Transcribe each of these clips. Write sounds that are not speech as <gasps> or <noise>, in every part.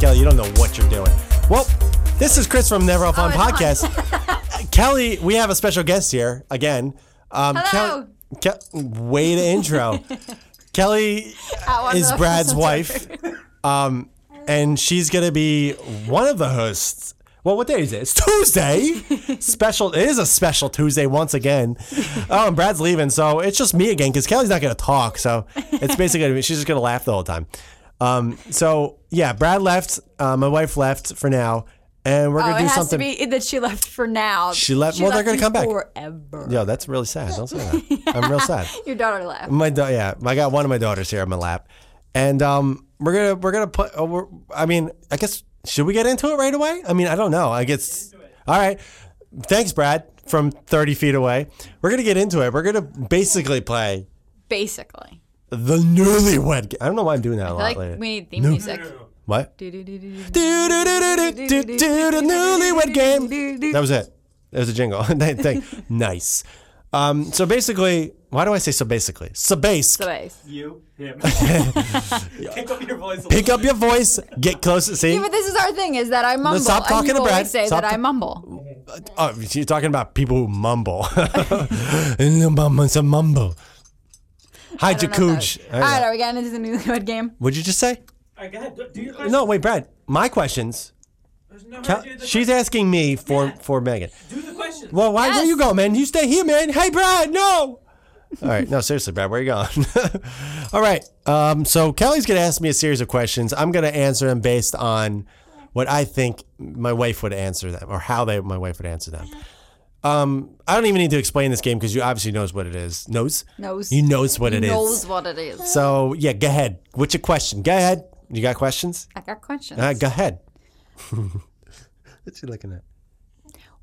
Kelly, you don't know what you're doing. Well, this is Chris from Never Off On Oh, it's on. Podcast. Uh, <laughs> Kelly, we have a special guest here again. Um, Hello. Kelly, Ke- way to <laughs> intro. Kelly Ow, I'm is <laughs> the- Brad's wife, um, and she's gonna be one of the hosts. Well, what day is it? It's Tuesday. special. It is a special Tuesday once again. Oh, and Brad's leaving, so it's just me again because Kelly's not gonna talk. So it's basically gonna be, she's just gonna laugh the whole time. Um, so yeah, Brad left. Uh, my wife left for now, and we're Oh, gonna it do has something. to be that she left for now. She left- well, they're gonna come back. forever. Yo, that's really sad. Don't say that. I'm real sad. Your daughter left. My da- yeah, I got one of my daughters here on my lap, and um, we're gonna we're gonna put. Uh, we're, I mean, I guess should we get into it right away? I mean, I don't know. I guess. All right. Thanks, Brad, from thirty feet away. We're gonna get into it. We're gonna basically play Basically, the newlywed. Ga- I don't know why I'm doing that a lot like lately. we need theme music. what? Do-do-do-do-do. Do do do do do do do the newlywed game. That was it. That was a jingle. <laughs> Thank- thank- nice. Um, so basically, why do I say so basically? So base. So, anyways. You, <laughs> him. <laughs> Pick up your voice a Pick up your voice. Get close. See, Yeah, but this is our thing: is that I mumble. stop and talking you to always Brad. Say Stop that ta- I mumble. oh, you're talking about people who mumble. <laughs> It's a mumble. Hi, Jakooch. All right, are we getting into the newlywed game? What'd you just say? I got do your question. No, wait, Brad. My questions. There's no Cal- idea the She's asking me for for Megan. que- do the question. Well, why where Yes. you go, man? You stay here, man. Hey, Brad. No. All right. No, seriously, Brad. Where you going? <laughs> All right. Um, so Kelly's gonna ask me a series of questions. I'm gonna answer them based on what I think my wife would answer them, or how they my wife would answer them. Um, I don't even need to explain this game because you obviously knows what it is. Knows. Knows. You knows what it is. Knows what it is. So yeah, go ahead. What's your question? Go ahead. You got questions? I got questions. Uh, go ahead. <laughs> What's she looking at? <laughs>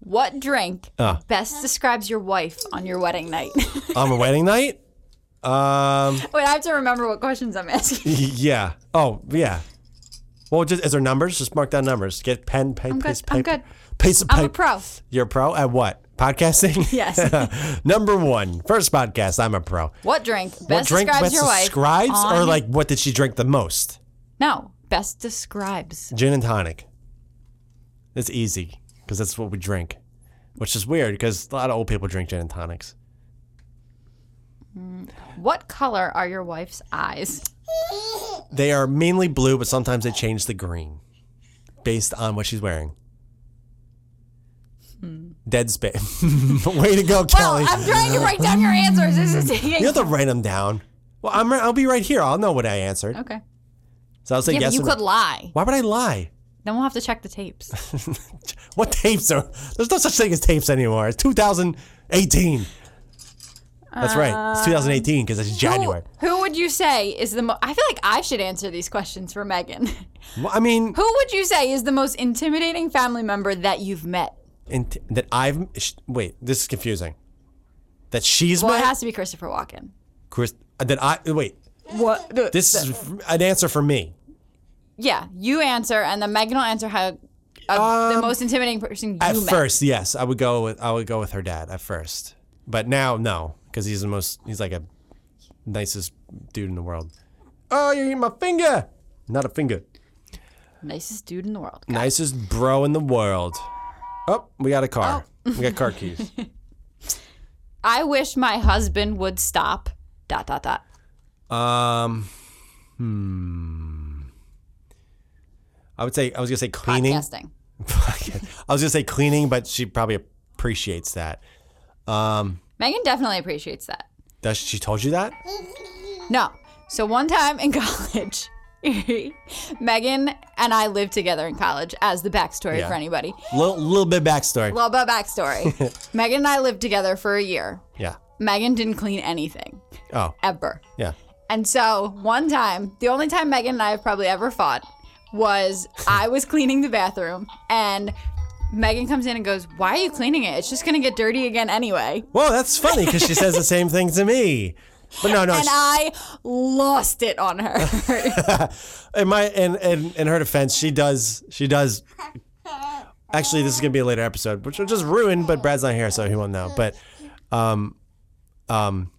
What drink Ah. best describes your wife on your wedding night? <laughs> On a wedding night? Um. Wait, I have to remember what questions I'm asking. <laughs> Yeah. Oh, yeah. Well, just is there numbers? Just mark down numbers. Get pen, pen, I'm good. piece, I'm paper. good. Piece of I'm a paper. pro. You're a pro at what? Podcasting? <laughs> Yes. <laughs> Number one, first podcast. I'm a pro. What drink best what drink describes best your wife? describes, or on- like what did she drink the most? No, best describes. Gin and tonic. It's easy because that's what we drink, which is weird because a lot of old people drink gin and tonics. What color are your wife's eyes? They are mainly blue, but sometimes they change the green based on what she's wearing. Dead space. <laughs> Way to go, Kelly. Hmm. Well, I'm trying to write down your answers. This is <laughs> you taking. have to write them down. Well, I'm, ri- I'll be right here. I'll know what I answered. Okay. So I'll say Yeah, but yes you or could no. lie. Why would I lie? <laughs> Then we'll have to check the tapes. What tapes are? There's no such thing as tapes anymore. It's 2018. That's right. It's 2018 because it's January. Um, Who, who would you say is the? Mo- I feel like I should answer these questions for Megan. <laughs> Well, I mean, who would you say is the most intimidating family member that you've met? and t- that I've sh- wait. This is confusing. That she's Well, my it has to be Christopher Walken. Chris, uh, that I wait. What? This is f- an answer for me. Yeah, you answer, and then Megan will answer how uh, the most intimidating person you Um, At met. first, yes, I would go with I would go with her dad at first, but now no, because he's the most he's like a nicest dude in the world. Oh, you're eating my finger. Not a finger. Nicest dude in the world. Nicest bro in the world. Oh, we got a car. Oh. We got car <laughs> keys. I wish my husband would stop. Dot dot dot. Um, hmm. I would say I was gonna say cleaning. <laughs> Podcasting. Podcast. I was gonna say cleaning, but she probably appreciates that. Megan definitely appreciates that. Does she told you that? No. So one time in <laughs> college, Megan and I lived together in college as the backstory Yeah. for anybody. Little little bit backstory. Well, about backstory. Megan and I lived together for a year. yeah. Megan didn't clean anything Oh. ever. Yeah. And so one time, the only time Megan and I have probably ever fought was I was cleaning the bathroom and Megan comes in and goes, Why are you cleaning it? It's just gonna get dirty again anyway. Well, that's funny because she says the same thing to me. But no, no. And she- I lost it on her. <laughs> in my in, in in her defense, she does she <laughs> does. Actually, this is gonna be a later episode, which will just ruin. But Brad's not here, so he won't know. But, um, um,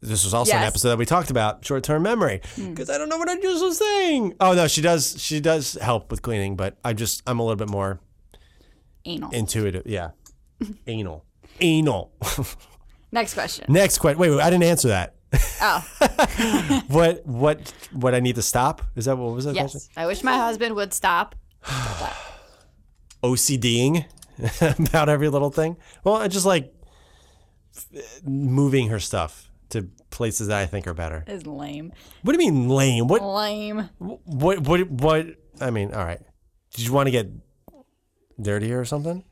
this was also an Yes. Hmm. episode that we talked about short term memory because I don't know what I just was saying. Oh no, she does. She does help with cleaning, but I just I'm a little bit more Anal. intuitive. <laughs> Yeah, anal, anal. <laughs> Next question. Next question. Wait, wait, I didn't answer that. Oh, <laughs> What what what I need to stop? Is that what was that question? yes. I wish my husband would stop. OCDing <laughs> about every little thing. Well, I just like f- moving her stuff to places that I think are better. Is lame. What do you mean lame? What Lame. What? What? What? I mean, all right. Did you want to get dirtier or something?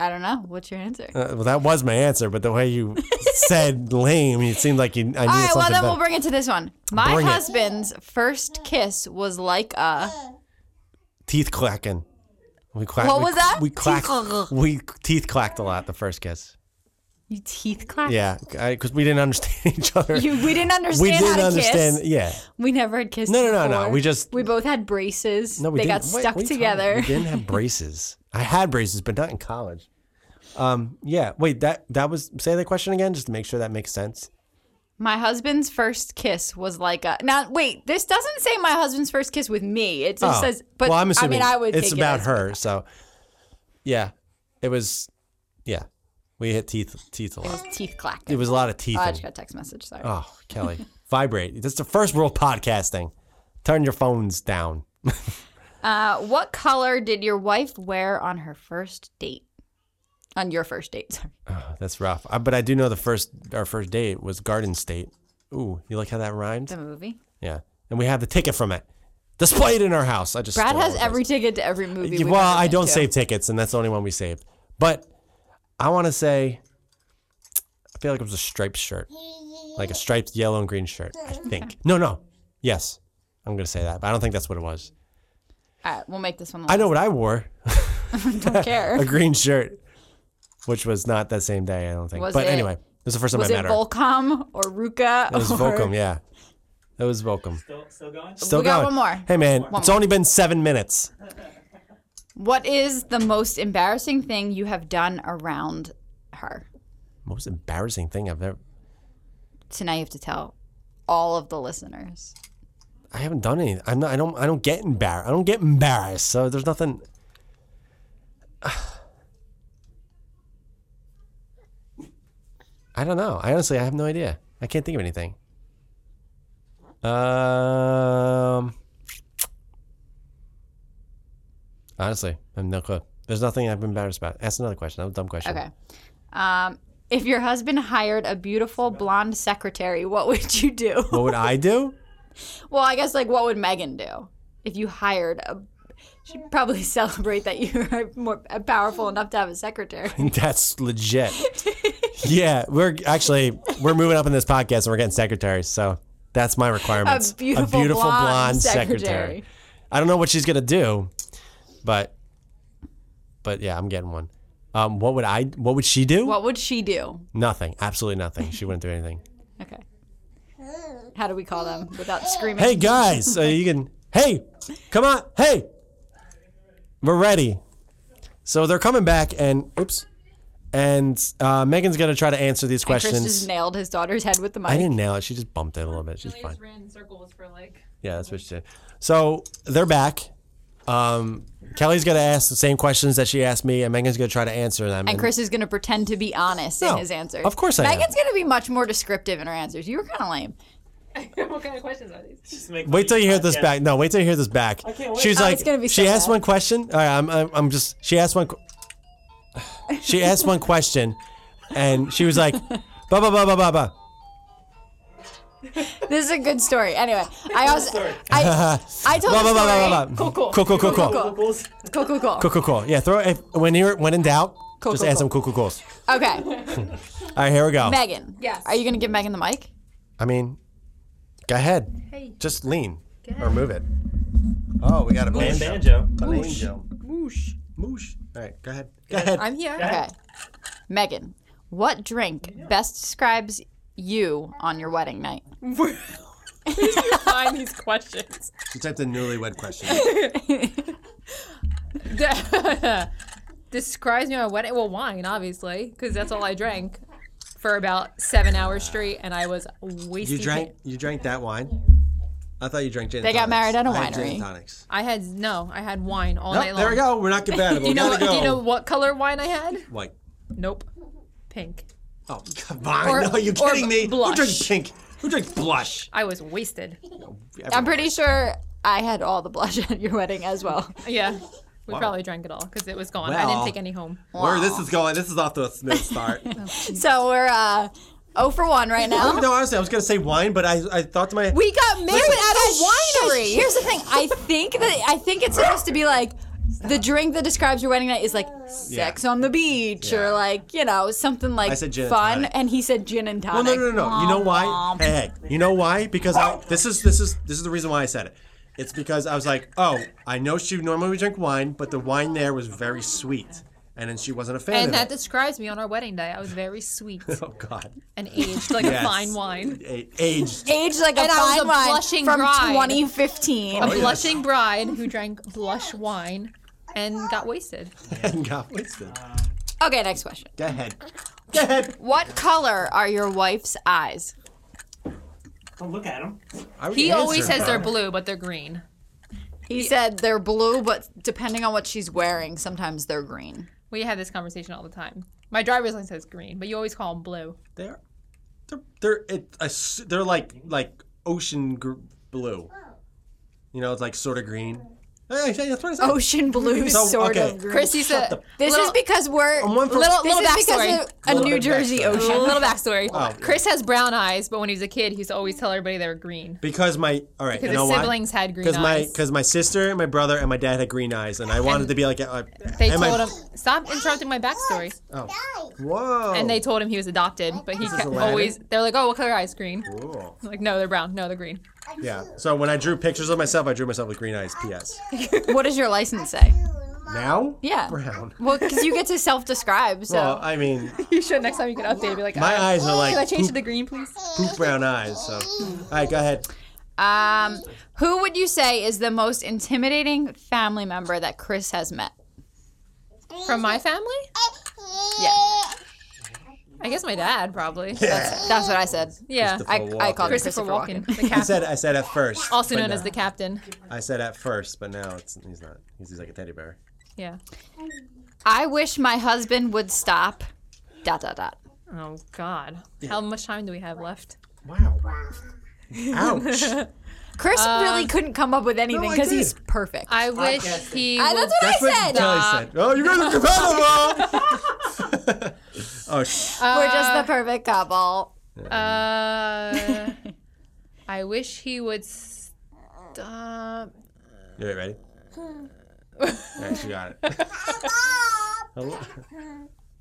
I don't know. What's your answer? Uh, well, that was my answer, but the way <laughs> you said "lame," it seemed like you. I needed All right, something well, then we'll better. bring it to this one. My Bring it. husband's first kiss was like a. teeth clacking. We clacked. What we, was that? We clacked. Teeth- we teeth clacked a lot the first kiss. You teeth clack? Yeah, because we didn't understand <laughs> each other. You, we didn't understand we how didn't to understand. kiss. Yeah. We never had kissed. No, no, no, no. before. We just- we both had braces. No, we they didn't. got wait, stuck what are you talking about? together. We didn't have <laughs> braces. I had braces, but not in college. Um. Yeah. Wait. That that was. Say that question again, just to make sure that makes sense. My husband's first kiss was like a. Now wait, this doesn't say my husband's first kiss with me. It just Oh. says. But well, I'm I assuming mean, I would. it's take about it as- <laughs> her. So, yeah, it was. Yeah, we hit teeth teeth a It lot. was teeth clack. It was a lot of teeth. Oh, I in- just got a text message. Sorry. oh, Kelly, vibrate. That's the first world podcasting. Turn your phones down. Uh, what color did your wife wear on her first date? On your first date, sorry. Oh, that's rough. I, but I do know the first our first date was Garden State. Ooh, you like how that rhymed? The movie. Yeah, and we have the ticket from it displayed in our house. I just Brad stole has it. every ticket to every movie. Yeah, we've well, ever I been don't to. save tickets, and that's the only one we saved. But I want to say, I feel like it was a striped shirt, like a striped yellow and green shirt. I think. No, no. Yes, I'm gonna say that, but I don't think that's what it was. All right, we'll make this one. I know what I wore: don't care. <laughs> a green shirt, which was not that same day. I don't think. Was but it- anyway, it was the first time Was I it met Volcom or her. Ruka? It was or... Volcom, yeah. It was Volcom. Still, still going? Still We got going. one more. Hey man, it's only been seven minutes. What is the most embarrassing thing you have done around her? Most embarrassing thing I've ever. So now you have to tell all of the listeners. I haven't done anything. I'm not. I don't. I don't get embarrassed. I don't get embarrassed. So there's nothing. <sighs> I don't know. I honestly, I have no idea. I can't think of anything. Um. Honestly, I have no clue. There's nothing I'm embarrassed about. Ask another question. That was a dumb question. Okay. Um, if your husband hired a beautiful blonde secretary, what would you do? What would I do? well, I guess like what would Megan do if you hired a? She'd probably <laughs> celebrate that you are more uh, powerful enough to have <laughs> a secretary. That's legit. yeah, we're actually we're moving up in this podcast and we're getting secretaries. So that's my A requirements. beautiful, blonde, secretary. I don't know what she's gonna do, but but yeah, I'm getting one. Um, what would I? What would she do? What would she do? nothing. Absolutely nothing. She wouldn't do anything. Okay. How do we call them without screaming? Hey guys, uh, you can. Hey, come on. Hey, we're ready. So they're coming back, and oops, and uh, Megan's gonna try to answer these Chris questions. just nailed his daughter's head with the mic. I didn't nail it. She just bumped it a little bit. She's Really fine. just ran in circles for like. Yeah, that's what she did. So they're back. Um, Kelly's gonna ask the same questions that she asked me, and Megan's gonna try to answer them. And Chris is going to pretend to be honest No, in his answers. of course I am. Megan's going to be much more descriptive in her answers. You were kind of lame. <laughs> what kind of questions are these? Just make wait till you hear podcast. this back. No, wait till you hear this back. can't wait. She's Oh, like, it's gonna be she so asked bad. one question. All right, I'm, I'm, I'm just. She asked one. <sighs> qu- She asked one question, and she was like, "Ba ba ba ba ba ba." This is a good story. Anyway, I also Sorry. <laughs> I I told Ba, ba, a ba, story. ba, ba, ba. Cool, cool. Cool, cool, cool, cool. Cool. Vocals. Cool, cool, cool. Cool, cool, cool. Yeah, throw if when you're when in doubt, Cool, just cool, add some cool. cool, cool, cools. Okay, All right, here we go. Megan. Yes. Are you going to give Megan the mic? I mean, go ahead. Hey. Just lean or move it. Oh, we got a Playing banjo. banjo. Banjo. Moosh. Moosh. All right, go ahead. Go ahead. I'm here. Okay. Megan, what drink best describes you on your wedding night? Where did you find these questions? <laughs> She typed the newlywed question. Describes me on a wedding. Well, wine, obviously, because that's all I drank for about seven hours straight, and I was wasting. You drank you drank that wine. I thought you drank gin. and They got tonics. married at a I had gin and winery. tonics. I had no. I had wine all night Nope, long. there we go. We're <laughs> not compatible. Do you know? Gotta Do you go. know what color wine I had? White. Nope. Pink. <laughs> Oh, come on. Or- no, you're or kidding me. blush. Who drinks pink? Who drinks blush? I was wasted. <laughs> I'm pretty sure I had all the blush <laughs> at your wedding as well. Yeah. We probably drank it all because it was gone. I Well. didn't take any home. Where this is going, this is off to a smooth <laughs> start. So we're uh, 0 for 1 right now. no, honestly, I was going to say wine, but I, I thought to my. <laughs> We got married at a winery. Here's the thing. I think that I think it's supposed to be like the drink that describes your wedding night is like sex on the beach Yeah. or like you know something like I said gin and fun, tonic. and he said gin and well, tonic. no, no, no, no. You know why? Hey, hey, you know why? Because I, this is this is this is the reason why I said it. It's because I was like, oh, I know she normally would drink wine, but the wine there was very sweet, and then she wasn't a fan And of that it. describes me on our wedding day. I was very <laughs> sweet <laughs> oh God, and aged like Yes. a fine wine. A- aged. Age like And a I was fine a wine blushing from bride. 2015. A Oh, yes. blushing bride who drank blush wine and got wasted. and <laughs> got wasted. Oh. Okay, next question. Go ahead. Go ahead. What color are your wife's eyes? Don't look at him. I would He answer always says her. they're blue, but they're green. He said they're blue, but depending on what she's wearing, sometimes they're green. We have this conversation all the time. My driver's license says green, but you always call them blue. They're they're they're it, a s- they're like like ocean gr- blue. You know, it's like sort of green. Eh, yeah, that's what I said. Oh, Ocean <laughs> blue, So, sort okay. of green. Chrissy said, This is because we're one for- Little- this little is because backstory. of a Little New bit Jersey backstory. ocean. <laughs> A little backstory. Oh. Chris has brown eyes, but when he was a kid, he used to always tell everybody they were green. because my all right, you Because know his why? siblings had green Because my eyes. because my sister, my brother, and my dad had green eyes, and I wanted to be like. Uh, They and told my- him, stop interrupting my backstory. Whoa. And they told him he was adopted, but he kept Aladdin? always, they're like, oh, what color are your eyes? Green. Cool. I'm like, no, they're brown. No, they're green. <laughs> Yeah. So when I drew pictures of myself, I drew myself with green eyes. P.S. What does your license say? Now? Yeah. Brown. Well, because you get to self-describe, so Well, I mean, You should next time you can update. Be like, <laughs> my uh, eyes are like Can I change poop, to the green, please? poop brown eyes. So, all right, go ahead. um, who would you say is the most intimidating family member that Chris has met? From my family? Yeah, I guess my dad probably. that's what I said. Yeah. Christopher I, I Walken. called him Christopher Christopher Walken. Walken, the I captain, <laughs> said I said at first. also but known no. as the captain. I said at first, but now it's he's not. He's, he's like a teddy bear. Yeah. I wish my husband would stop. Dot dot dot. Oh God. How much time do we have left? Wow. <laughs> Ouch. Chris really couldn't come up with anything I because he's did. perfect. Um, I wish he. I- would, that's what That's I what Kelly said. said. Oh, you guys are compatible. <laughs> <laughs> oh, sh- We're just the perfect couple. <laughs> uh, I wish he would stop. you ready? Hmm. All right, she got <laughs> it. Hello?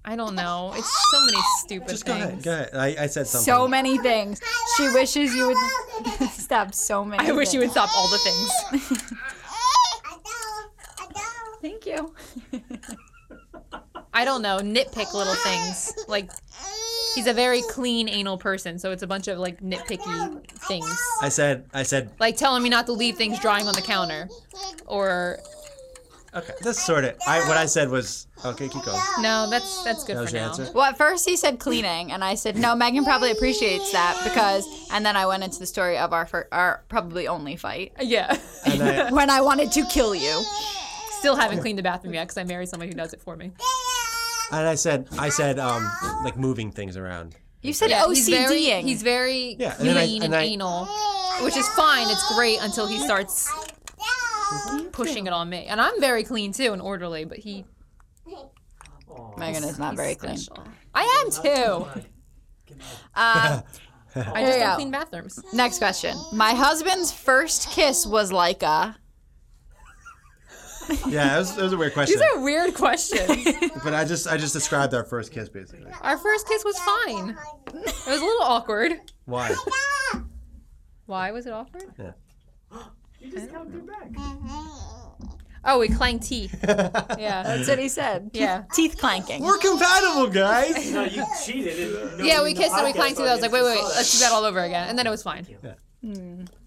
I don't know. It's so many stupid Just go things. ahead. Go ahead. I, I said something. <laughs> So many things. She wishes you would <laughs> stop so many. I wish things. he would stop all the things. Thank <laughs> you. I don't know. Nitpick little things. Like he's a very clean anal person, so it's a bunch of like nitpicky things. I said. I said. Like telling me not to leave things drying on the counter, or Okay. This sort of. I what I said was. Okay, keep going. no, that's that's good That was for your now. answer. Well, at first he said cleaning, and I said no. Megan probably appreciates that because. And then I went into the story of our fir- our probably only fight Uh, Yeah. And I, when I wanted to kill you. <laughs> Still haven't cleaned the bathroom yet because I married someone who does it for me. and I said. I said. Um, like moving things around. You said Yeah, he's OCDing. very, he's very Yeah, and clean then I- and, and I- anal, which is fine. It's great until he starts pushing it on me, and I'm very clean too and orderly. But he, Megan is not very clean. I am too. Uh, I There just you don't go. clean bathrooms. next question. My husband's first kiss was like a. Yeah, it was, it was a weird question. These are <laughs> weird questions. But I just. I just described our first kiss basically. Our first kiss was fine. It was a little awkward. Why? Why was it awkward? You just held your back. Oh, we clanged teeth. <laughs> Yeah. That's what he said. Yeah. Teeth clanking. We're compatible, <laughs> guys. No, you cheated. and nobody Yeah, in we the kissed and we podcast clanged teeth. I was like, wait, wait, audience wait, saw let's do that all over again. And then it was fine.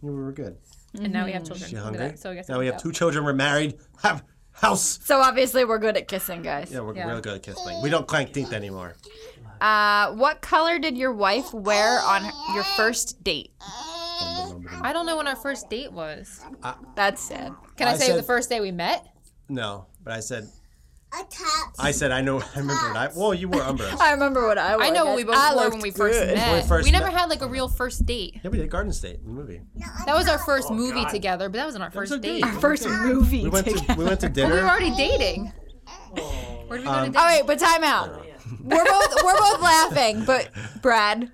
We were good. And now we have children. You Look at hungry? that. So I guess now we I have can two children. We're married. Have house. So obviously we're good at kissing, guys. Yeah, we're Yeah. real good at kissing. We don't clank teeth anymore. Uh, what color did your wife wear on her- your first date? I don't know when our first date was. That's sad. Can I, I say said- the first day we met? No, but I said A top. I said I know. I remember what I. Well, you were <laughs> umbrella. I remember what I wore. Oh, I know guys. what we both I were looked when we first good. met. we first we never met. had like a real first date. yeah, we did Garden State the <laughs> movie. That <gasps> was our first movie God. together, but that wasn't Oh, our first our date. date. Well, First movie. We went to we went to <laughs> we were dinner. already dating. Where Um, did we go to All dinner? right, but time out. We're both we're both laughing, but Brad.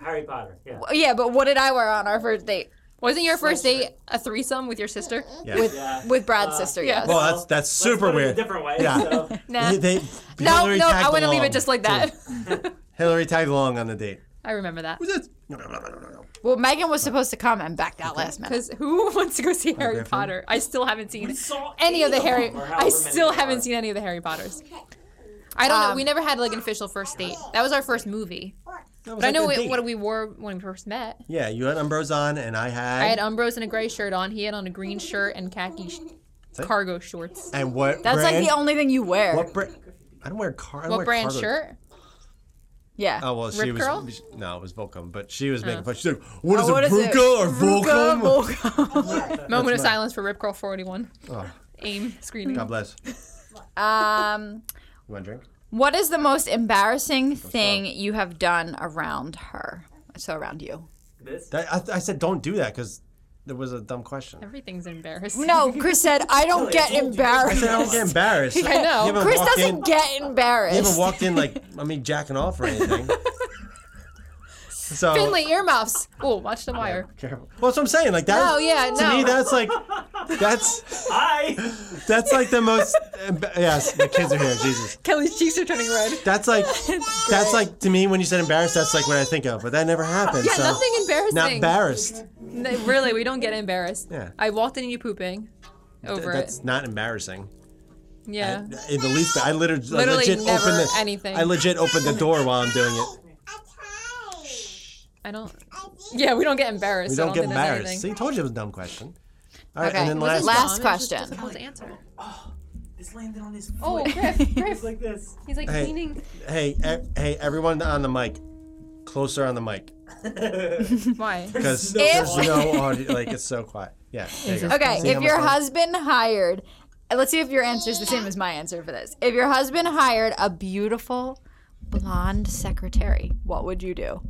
Harry Potter. Yeah. Yeah, but what did I wear on our first date Wasn't your first date a threesome with <laughs> your sister? Yeah. Yeah. with Brad's sister? Yes. Uh, well, that's that's super Let's put it weird. A different way. Yeah. So. Yeah, Nah. <laughs> they- No, Hillary no, tagged I want to leave along. it just like that. <laughs> <laughs> Hillary tagged along on the date. I remember that. Was it? No, no, no, no, no, no. Well, Megan was supposed to come and backed out last minute. Because who <laughs> wants to go see Harry Griffin. Potter? I still haven't seen saw any of the eight of Harry. them, or however I still many there haven't are. seen any of the Harry Potters. I don't know. We never had like an official first date. That was our first movie. Um, That was But I like know a it, date. what we wore when we first met. Yeah, you had Umbros on, and I had. I had Umbros and a gray shirt on. He had on a green shirt and khaki sh- cargo shorts. and what? That's brand, like the only thing you wear. What brand? I don't wear car. I don't What wear brand cargo- shirt? yeah. Oh well, she Rip was Curl? no, it was Volcom, but she was making fun. She's like, "What is Oh, what a is it? Bruca or Ruka, Volcom?" Volcom. Moment of silence for Rip Curl 41. AIM screening. God bless. You um, want a drink? what is the most embarrassing thing you have done around her? So around you? This. That, I, I said, "Don't do that," because it was a dumb question. Everything's embarrassing. No, Chris said I don't get told you. I embarrassed. said, "I don't get embarrassed." <laughs> I know. You haven't Chris walked doesn't in- get You haven't embarrassed. walked in like I mean, jacking off or <laughs> anything. so Finley earmuffs. Oh, watch the wire. Careful. Well, that's what I'm saying. Like that. Oh yeah, To me, no. that's like, that's Hi. <laughs> that's like the most. emba- yes, the kids are here. Jesus. Kelly's cheeks are turning red. That's <laughs> like, that's like to me when you said embarrassed. That's like what I think of, but that never happened. Yeah, so. nothing embarrassing. Not embarrassed. No, really, we don't get embarrassed. Yeah. I walked in and you pooping. Over That's it. not embarrassing. Yeah. In the least, bit. I literally, Literally I legit never opened the, anything. I legit opened the door while I'm doing it. I don't. <laughs> Yeah, we don't get embarrassed. We I don't get think that's embarrassed. See, anything. I told you it was a dumb question. All right, Okay. and then Was last, one. it last Um, it was just question. difficult to answer. This landed on his foot. Oh, Griff, Griff. It's like this. He's like Hey. leaning. Hey, e- hey, everyone on the mic, closer on the mic, Why? because <laughs> If- there's no audio. Like it's so quiet. <laughs> Yeah. There you go. Okay, See how if much your fun- husband hired, let's see if your answer is the same as my answer for this. If your husband hired a beautiful blonde secretary, what would you do?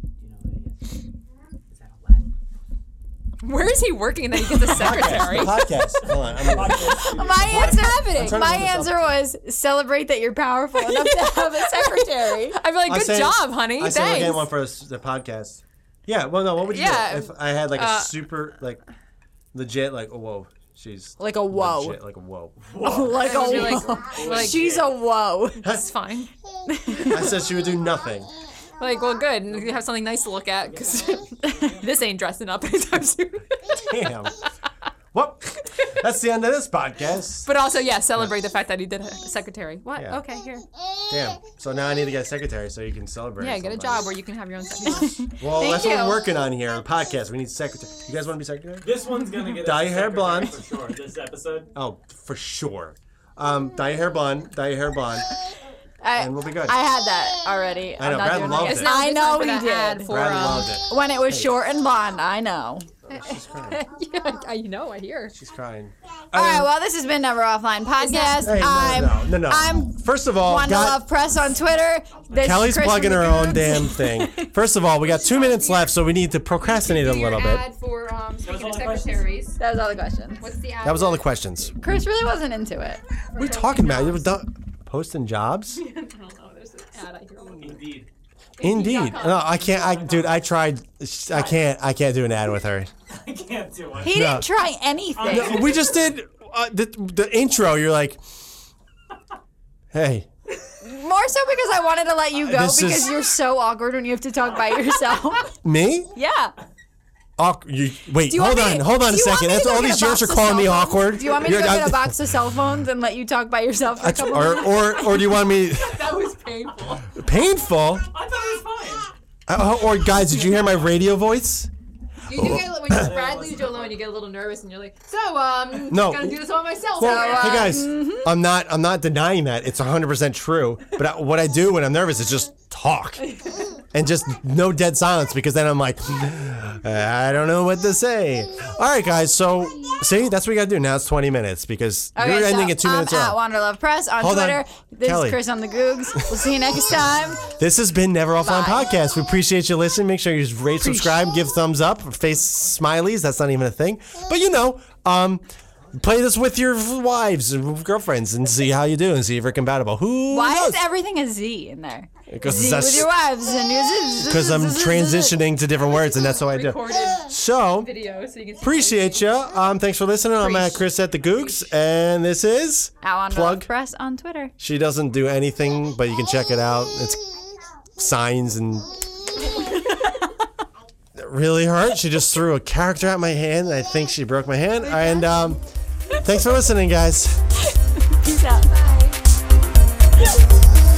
Where is he working that <laughs> he gets a secretary? <laughs> podcast. Hold on. <laughs> I'm gonna- My answer trying happening. to My look this up. answer was celebrate that you're powerful enough to have a <laughs> secretary. I'm like, I good say- job, honey. I Thanks. say we're getting one for us- the podcast. Yeah. Well, no. What would you Yeah. do if I had like a Uh, super like legit like oh, whoa she's Like a whoa. legit, like a whoa. <laughs> like a I would be whoa. <laughs> like, like, She's a whoa. that's fine. I said she would do nothing. Like, well, good. and You have something nice to look at because <laughs> this ain't dressing up <laughs> anytime soon. Damn. Well, that's the end of this podcast. but also, yeah, celebrate the fact that he did a secretary. What? Yeah. Okay, here. Damn. So now I need to get a secretary so you can celebrate. Yeah, get a something. job where you can have <laughs> your own secretary. Well, that's what you. we're working on here. A podcast. We need secretary. You guys want to be secretary? This one's gonna get us Dye a hair secretary blonde. for sure. This episode. Oh, for sure. Um, dye your hair blonde. Dye your hair blonde, I, and we'll be good. I had that already. I know, am not Brad doing loved it. it. It's again. now I a good time know for we that ad did. for Brad um, loved it. When it was short and blonde, I know. She's crying. Yeah, <laughs> I know. I hear. She's crying. Um, All right, well, this has been Never Offline Podcast. Hey, I'm, no, no, no, no. I'm First of all, Wanda got- Love Press on Twitter. This Kelly's is Chris plugging from her the own Goons. damn thing. First of all, we got two minutes left, so we need to procrastinate a little bit. for um, speaking all the questions? That was all the questions. What's the ad? <laughs> That was all the questions. What Chris really wasn't into it. are we talking about? You were done- Posting jobs? Indeed. Indeed. No, I can't. I dude, I tried. I can't. I can't do an ad with her. I can't do one. He No. didn't try anything. No, we just did uh, the, the intro. You're like, hey, More so because I wanted to let you go Uh, This because is- you're so awkward when you have to talk by <laughs> yourself. me? yeah. Awk- you, wait, you hold want on, me- hold on do a you want second. me to That's go all get these a jerks are box of calling cell me phones? awkward. Do you want me to go You're- get I- a box of cell phones and let you talk by yourself for a couple Or, or, or do you want me <laughs> That was painful. painful? I thought it was fine. Uh, or guys, did you hear my radio voice? You do get when you Brad leaves you alone, you get a little nervous, and you're like, so um, No. gotta do this all myself. Well, hey uh, mm-hmm. guys, I'm not I'm not denying that it's 100 percent true. But I, what I do when I'm nervous is just <laughs> talk and just no dead silence because then I'm like, I don't know what to say. All right, guys. So see, that's what you gotta do. Now it's 20 minutes because Okay, you're so um, uh, ending at two I'm minutes. at early. Wanderlove Press on Hold on. Twitter. This Kelly. is Chris on the Googs. We'll see you next time. This has been Never Offline Bye. Podcast. We appreciate you listening. Make sure you just rate, subscribe, give thumbs up, face smileys. That's not even a thing. But you know, um, play this with your wives and girlfriends and see how you do and see if you're compatible. Who Why knows? is everything a Z in there? Because Z that's- with your wives and your z's. Because I'm transitioning to different words and that's how I do. uh, Recorded So video so you can see. appreciate you. Um, thanks for listening. I'm at Chris at the Googs, and this is Out on plug. Press on Twitter. She doesn't do anything, but you can check it out. It's signs and It really hurt. She just threw a character at my hand. I think she broke my hand. And um, thanks for listening, guys. Peace out. Bye.